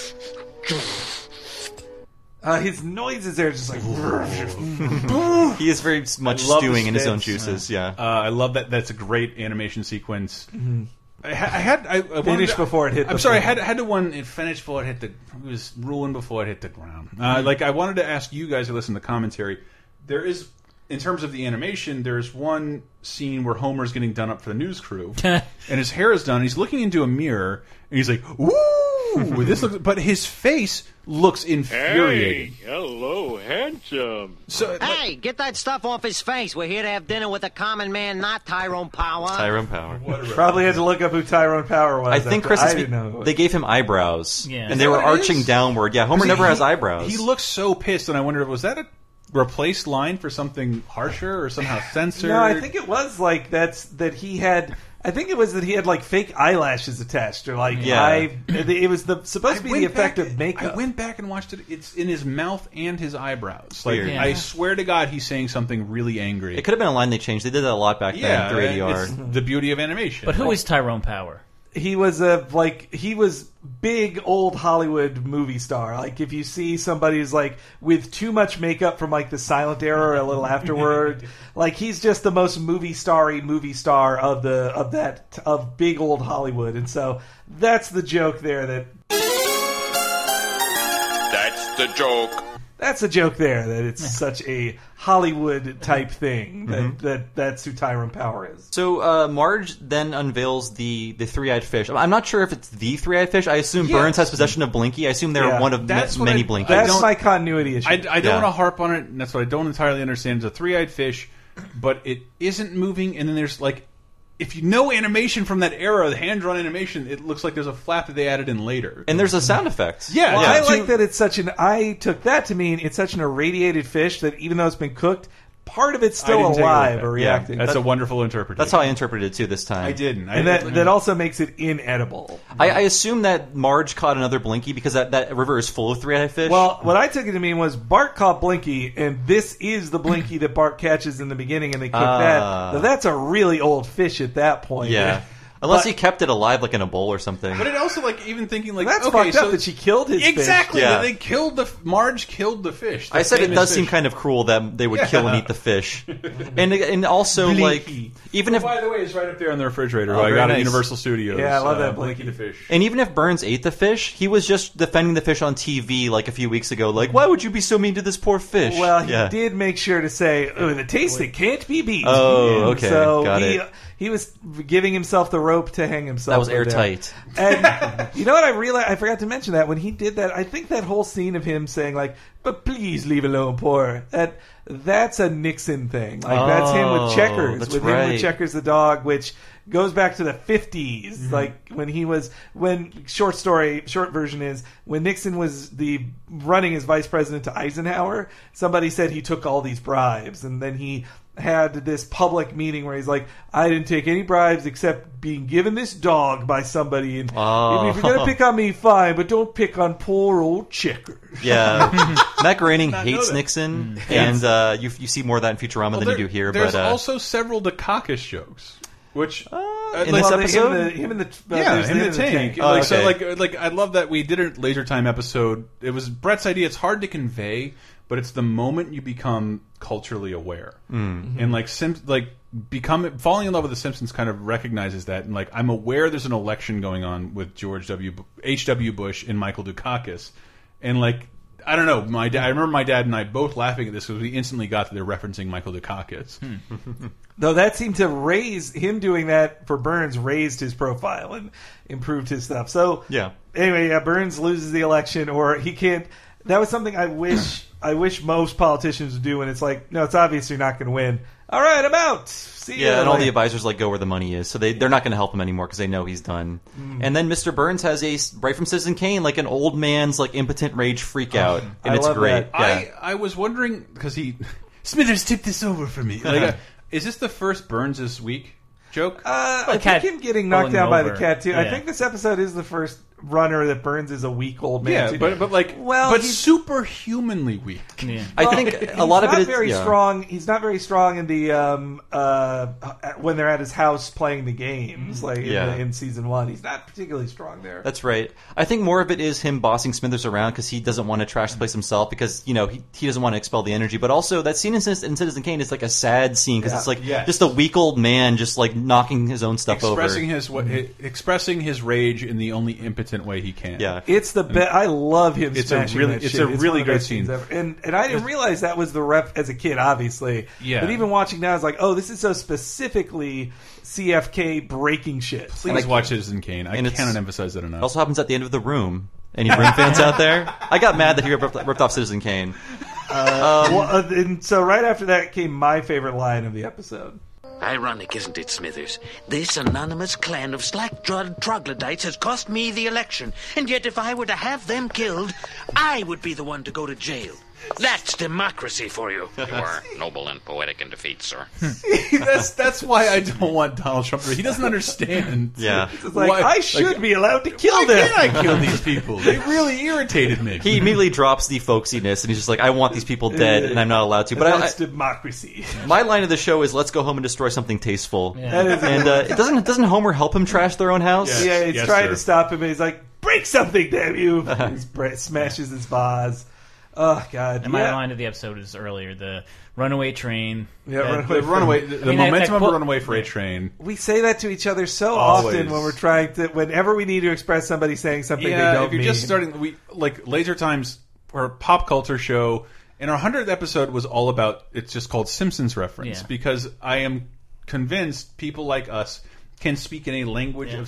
S3: Uh, his noises are just like.
S1: he is very much
S2: I love the
S1: stewing in his own
S2: steaks.
S1: juices. Yeah,
S2: Uh, I love that. That's a great animation sequence.
S1: Mhm.
S2: I, ha- I had I, I wanted
S3: Finished
S2: to-
S3: before it hit
S2: I'm
S3: the
S2: sorry. I
S3: floor.
S2: had had the one it finished before it hit the. It was ruined before it hit the ground. Uh, like I wanted to ask you guys who listen to commentary. There is, in terms of the animation, there's one scene where Homer's getting done up for the news crew, and his hair is done. He's looking into a mirror, and he's like, "Woo, this looks." But his face looks infuriating.
S11: Hey, hello, handsome.
S10: hey, get that stuff off his face. We're here to have dinner with a common man, not Tyrone Power.
S1: Tyrone Power.
S3: Probably had to look up who Tyrone Power was.
S1: I think
S3: after-
S1: Chris.
S3: I
S1: is-
S3: didn't know. who it
S1: They gave him eyebrows,
S3: Yeah. Is
S1: and they
S3: that
S1: were
S3: what it
S1: arching
S3: is?
S1: downward. Yeah, Homer
S2: He-
S1: never has
S2: he-
S1: eyebrows.
S2: He looks so pissed, and I wondered, was that a replaced line for something harsher or somehow censored?
S3: No, I think it was like that's that he had. I think it was that he had like fake eyelashes attached, or like
S2: Yeah.
S3: eye- It was the supposed to be the
S2: went
S3: effect
S2: back-
S3: of makeup.
S2: I went back and watched it. It's in his mouth and his eyebrows. Like
S1: Weird.
S2: I
S1: Yeah.
S2: swear to God, he's saying something really angry.
S1: It could have been a line they changed. They did that a lot back
S2: yeah,
S1: then through ADR.
S2: it's the beauty of animation.
S4: But who
S2: Like,
S4: is Tyrone Power?
S3: He was a like he was big old Hollywood movie star. Like if you see somebody who's like with too much makeup from like the silent era or a little afterward, like he's just the most movie starry movie star of the of that of big old Hollywood. And so that's the joke there that
S15: That's the joke.
S3: That's a joke there that it's such a Hollywood type
S2: Mm-hmm.
S3: thing that,
S1: Mhm.
S3: that that's who Tyrone Power is.
S1: So uh, Marge then unveils the, the three eyed fish. I'm not sure if it's the three eyed fish. I assume Burns has possession of Blinky. I assume they're
S2: Yeah.
S1: one of ma-
S2: That's what
S1: many
S2: I-
S1: Blinkies.
S2: I don't-
S3: my continuity issue.
S2: I, I don't
S1: Yeah.
S2: want to harp on it, and that's what I don't entirely understand. It's a three-eyed fish, but it isn't moving. And then there's like, if you know animation from that era, the hand-drawn animation, it looks like there's a flap that they added in later.
S1: And there's a sound effect.
S2: Yeah,
S3: Well,
S2: yeah.
S3: I like that it's such an. I took that to mean it's such an irradiated fish that even though it's been cooked, part of it's
S2: I didn't
S3: still
S2: take it like
S3: alive
S2: that.
S3: or
S2: Yeah,
S3: reacting.
S2: that's
S1: That-
S2: a wonderful interpretation.
S1: That's how I interpreted it too this time.
S2: I didn't. I
S3: and that
S2: didn't.
S3: that also makes it inedible.
S1: I, I assume that Marge caught another Blinky because that, that river is full of three eyed fish.
S3: Well, what I took it to mean was Bart caught Blinky, and this is the Blinky that Bart catches in the beginning, and they cook
S1: Ah.
S3: that. Now, that's a really old fish at that point.
S1: yeah. Unless
S3: But-
S1: he kept it alive like in a bowl or something.
S2: But it also like even thinking like
S3: That's
S2: okay,
S3: fucked up
S2: so
S3: that she killed his fish.
S2: exactly.
S1: Yeah.
S2: They killed the Marge killed the fish. the
S1: I said it
S2: famous
S1: does seem
S2: fish.
S1: kind of cruel that they would kill and
S2: Yeah.
S1: eat the fish. and and also, like, even if.
S2: Oh, by the way, it's right up there on the refrigerator.
S1: Oh,
S2: I
S1: very
S2: got
S1: nice.
S2: at Universal Studios. uh,
S1: Yeah, I love that
S2: Blinky the fish.
S1: And even if Burns ate the fish, he was just defending the fish on TV like a few weeks ago. Like, why would you be so mean to this poor fish?
S3: Well, he
S1: Yeah.
S3: did make sure to say, "Oh, the taste that can't be beat."
S1: Oh,
S3: And
S1: okay,
S3: So
S1: got
S3: he,
S1: it.
S3: he was giving himself the rope to hang himself.
S1: That was
S3: with there.
S1: airtight.
S3: And you know what? I realized I forgot to mention that when he did that, I think that whole scene of him saying like, "But please leave alone, poor," that that's a Nixon thing. Like that's him
S1: Oh,
S3: with checkers,
S1: that's
S3: with him
S1: right.
S3: with checkers the dog, which goes back to the 50s like when he was when short story short version is when nixon was the running as vice president to eisenhower somebody said he took all these bribes and then he had this public meeting where he's like i didn't take any bribes except being given this dog by somebody and
S1: Oh.
S3: if you're going to pick on me fine but don't pick on poor old checkers
S1: Yeah, Matt Groening hates
S3: that.
S1: Nixon,
S3: Mm.
S1: and uh, you you see more of that in Futurama than
S2: Well,
S1: you do here.
S2: There's
S1: But uh,
S2: also several Dukakis jokes, which uh,
S1: in this episode?
S3: him in the- uh,
S2: yeah,
S3: there's
S2: him
S3: the
S2: in the
S3: other
S2: tank.
S3: tank.
S2: like,
S3: Oh,
S2: So,
S3: okay.
S2: like, like I love that we did a laser time episode. It was Brett's idea. It's hard to convey, but it's the moment you become culturally aware
S1: Mm.
S2: and like Sim- like become falling in love with the Simpsons kind of recognizes that and like I'm aware there's an election going on with George W. H. W. Bush and Michael Dukakis, and like. I don't know. My dad, I remember my dad and I both laughing at this because we instantly got that they're referencing Michael Dukakis.
S3: Though that seemed to raise him doing that for Burns raised his profile and improved his stuff. So
S1: Yeah.
S3: anyway, yeah, Burns loses the election, or he can't. That was something I wish I wish most politicians would do. When it's like, no, it's obvious you're not going to win. All right, I'm out. See
S1: Yeah,
S3: ya.
S1: and all the
S3: Like,
S1: advisors like go where the money is, so they they're not going to help him anymore because they know he's done.
S3: Mm.
S1: And then Mr. Burns has a s- right from Citizen Kane, like an old man's like impotent rage freak out, and it's great. Yeah.
S2: I, I was wondering because he Smithers tipped this over for me. Like, uh, is this the first Burns this week joke?
S3: Uh, I think him getting knocked down by the cat too. I think this episode is the first runner that Burns is a weak old man.
S2: Yeah,
S3: too.
S2: but but like
S3: well,
S2: but
S3: he's-
S2: superhumanly weak.
S3: Well, he's not very strong. He's not very strong in the um, uh, when they're at his house playing the games, like in,
S1: Yeah.
S3: the, in season one. He's not particularly strong there.
S1: That's right. I think more of it is him bossing Smithers around because he doesn't want to trash the place himself because you know he, he doesn't want to expel the energy. But also that scene in, Citiz- in Citizen Kane is like a sad scene because
S2: Yeah.
S1: it's like
S2: Yes.
S1: just a weak old man just like knocking his own stuff
S2: expressing
S1: over.
S2: his what hi- expressing his rage in the only impotent way he can.
S1: Yeah.
S3: It's the be- I love him.
S2: It's a
S3: smashing
S2: really
S3: that
S2: it's
S3: shit.
S2: a
S3: one
S2: really
S3: of the
S2: great
S3: best
S2: scene.
S3: scenes ever. And and I didn't realize that was the rep as a kid, obviously.
S2: Yeah.
S3: But even watching now, it's like, oh, this is so specifically CFK breaking shit.
S2: Please watch Citizen Kane. I
S1: and it's-
S2: cannot emphasize that enough.
S1: It also happens at the end of the room. Any room fans out there? I got mad that he ripped, ripped off Citizen Kane.
S3: Uh, well, uh, and so right after that came my favorite line of the episode.
S8: Ironic, isn't it, Smithers? This anonymous clan of slack-jawed troglodytes has cost me the election, and yet if I were to have them killed, I would be the one to go to jail. That's democracy for you.
S15: You are noble and poetic in defeat, sir.
S2: that's that's why I don't want Donald Trump. to- He doesn't understand.
S1: Yeah.
S2: It's
S3: like, I should be allowed to kill
S2: why
S3: them.
S2: Why can't I kill these people? They really irritated me.
S1: He immediately drops the folksiness and he's just like, I want these people dead and I'm not allowed to. But I, I,
S3: that's democracy.
S1: my line of the show is, let's go home and destroy something tasteful.
S3: Yeah. That is-
S1: and uh, it doesn't doesn't Homer help him trash their own house?
S3: Yeah, he's trying to stop him, and he's like, "Break something, damn you!" he bra- smashes his vase. Oh God!
S4: And my line of the episode is earlier the runaway train.
S3: Yeah,
S4: That-
S3: runaway-
S2: the runaway, the,
S4: I
S2: the
S4: mean, that-
S2: momentum of
S4: that
S2: a
S4: quote-
S2: runaway freight train.
S3: We say that to each other so
S2: Always.
S3: often when we're trying to, whenever we need to express somebody saying something
S2: yeah,
S3: they don't
S2: if you're
S3: mean.
S2: just starting, we like Laser Times or a pop culture show. And our hundredth episode was all about. It's just called Simpsons reference
S1: Yeah.
S2: because I am convinced people like us can speak in a language of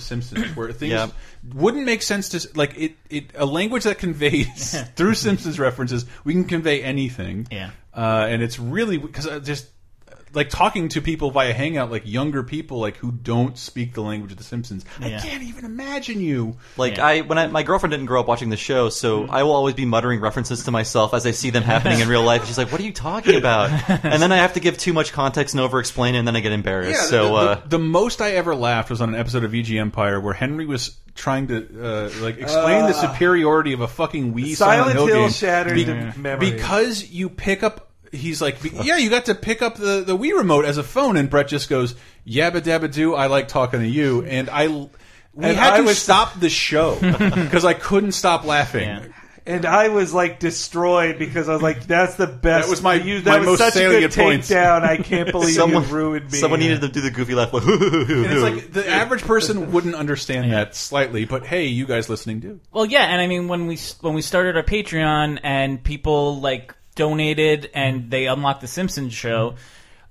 S2: Simpsons where things
S1: Yeah.
S2: wouldn't make sense to s- like it. It a language that conveys through Simpsons references. We can convey anything.
S4: Yeah.
S2: uh, and it's really because I just uh, like talking to people via Hangout, like younger people, like who don't speak the language of the Simpsons. I
S1: Yeah.
S2: can't even imagine you.
S1: Like I, when I, my girlfriend didn't grow up watching the show, so
S2: Mm-hmm.
S1: I will always be muttering references to myself as I see them happening in real life. She's like, "What are you talking about?" And then I have to give too much context and over-explain, it, and then I get embarrassed.
S2: Yeah,
S1: so
S2: the,
S1: uh,
S2: the, the most I ever laughed was on an episode of VG Empire where Henry was trying to uh, like explain the
S3: Uh,
S2: superiority of a fucking Wii
S3: Silent
S2: Hill,
S3: Hill
S2: game
S3: shattered
S2: be-
S3: the memory.
S2: because you pick up. He's like, be- yeah, you got to pick up the the Wii remote as a phone, and Brett just goes, yabba dabba do. I like talking to you, and I. l- We
S3: And
S2: had
S3: I
S2: to
S3: was-
S2: stop the show because I couldn't stop laughing.
S3: and I was like destroyed because I was like, "That's the best."
S2: That was my-
S3: you,
S2: my
S3: that
S2: most
S3: was such a good
S2: salient points.
S3: takedown. I can't believe
S2: Someone-
S3: you ruined me.
S1: someone needed to do the goofy laugh. Like,
S2: And it's like the average person wouldn't understand that slightly, but hey, you guys listening do.
S4: Well, yeah, and I mean when we when we started our Patreon and people like donated and they unlocked the Simpsons show.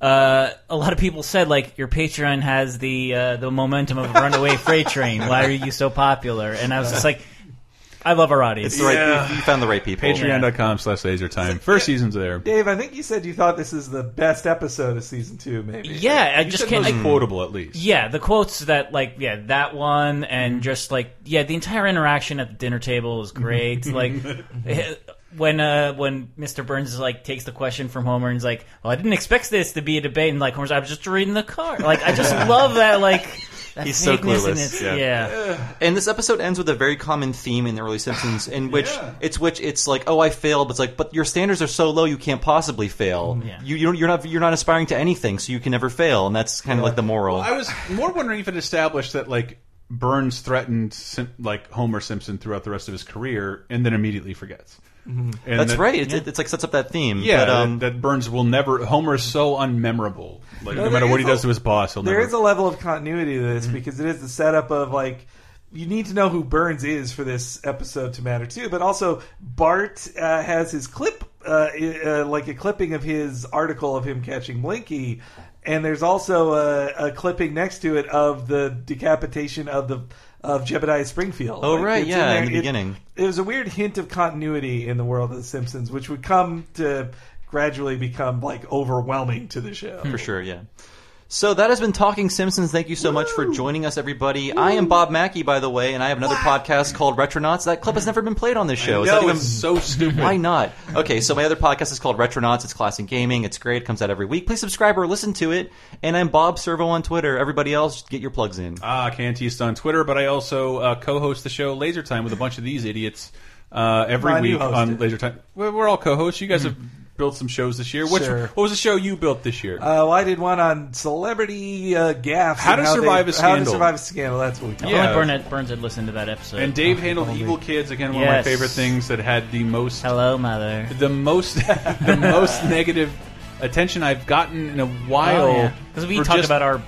S4: Uh, a lot of people said like your Patreon has the uh, the momentum of a runaway freight train. Why are you so popular? And I was just like, I love our audience.
S1: It's the right- Yeah. you found the right people.
S2: Patreon.com slash lasertime. First season's there.
S3: Dave, I think you said you thought this is the best episode of season two. Maybe.
S4: Yeah, I just can't. I,
S2: quotable at least.
S4: Yeah, the quotes that like yeah that one
S2: Mm-hmm.
S4: and just like yeah the entire interaction at the dinner table is great.
S2: Mm-hmm.
S4: like eh, when uh when Mr. Burns is like takes the question from Homer and is like, well, I didn't expect this to be a debate, and like Homer's, I was just reading the card. Like I just love that like that
S1: He's so
S4: vagueness and
S1: clueless.
S4: it's- yeah.
S1: And this episode ends with a very common theme in the early Simpsons, in which it's which it's like, oh, I failed. But it's like, but your standards are so low, you can't possibly fail. You, you don't, you're not you're not aspiring to anything, so you can never fail. And that's kind of like the moral.
S2: I was more wondering if it established that like Burns threatened Sim- like Homer Simpson throughout the rest of his career, and then immediately forgets.
S1: Mhm.
S2: And
S1: that's
S2: that-
S1: right. It's, it's like sets up that theme.
S2: Yeah,
S1: But, um,
S2: that, that Burns will never. Homer is so unmemorable. Like
S3: No,
S2: no, matter
S3: there
S2: what he
S3: is
S2: does
S3: a-
S2: to his boss, he'll
S3: There
S2: never.
S1: Mm-hmm.
S3: is a level of continuity to this because it is the setup of like you need to know who Burns is for this episode to matter too. But also, Bart uh, has his clip, uh, i- uh, like a clipping of his article of him catching Blinky, and there's also a, a clipping next to it of the decapitation of the of Jebediah Springfield.
S1: Oh,
S3: Like,
S1: right,
S3: it's in
S1: yeah, in
S3: there.
S1: the
S3: It-
S1: beginning.
S3: it was a weird hint of continuity in the world of The Simpsons, which would come to gradually become like overwhelming to the show.
S1: For sure, yeah. So that has been Talking Simpsons. Thank you so much for joining us, everybody. I am Bob Mackey, by the way, and I have another podcast called Retronauts. That clip has never been played on this show. Is
S2: know,
S1: that even-
S2: it's so stupid.
S1: Why not? Okay, so my other podcast is called Retronauts. It's classic gaming. It's great. It comes out every week. Please subscribe or listen to it. And I'm Bob Servo on Twitter. Everybody else, get your plugs in.
S2: Ah, Cantiste on Twitter, but I also uh, co-host the show Laser Time with a bunch of these idiots uh, every
S1: Well, and you
S2: week
S1: host
S2: on
S1: it.
S2: Laser Time. We're, we're all co-hosts. You guys have built some shows this year. Which,
S3: Sure.
S2: What was the show you built this year?
S3: Uh, well, I did one on celebrity uh, gaffes.
S2: How
S3: and
S2: to survive
S3: they-
S2: a
S3: How to
S2: scandal.
S3: survive a scandal. That's what we call
S4: I feel
S2: Yeah.
S4: like Burnett, Burns had listened to that episode.
S2: and Dave handled Evil Kids again. One of
S4: Yes.
S2: my favorite things that had the most
S4: hello mother,
S2: the most the most negative attention I've gotten in a
S3: Oh,
S2: while.
S4: Because Oh, we
S2: for
S4: talked
S2: just-
S4: about our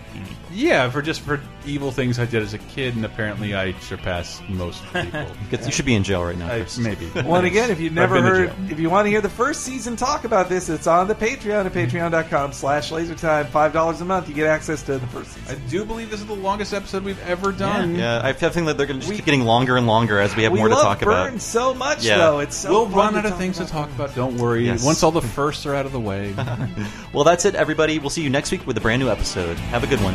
S2: yeah for just for evil things I did as a kid, and apparently I surpassed most people.
S1: You should be in jail right now.
S2: I, maybe.
S3: Well, and again, if you've
S2: I've
S3: never
S2: been to
S3: heard,
S2: jail.
S3: if you want to hear the first season talk about this, it's on the Patreon at patreon.com slash lasertime. $5 a month, you get access to the first season.
S2: I do believe this is the longest episode we've ever done.
S1: Yeah, I have a feeling that they're going to just keep getting longer and longer as we have more to talk about.
S3: so much,
S1: Yeah. though. It's
S3: so
S2: we'll run
S3: fun to
S2: out of
S3: talk
S2: things to talk about. Don't worry.
S1: Yes.
S2: Once all the firsts are out of the way.
S1: Well, that's it, everybody. We'll see you next week with a brand new episode. Have a good one.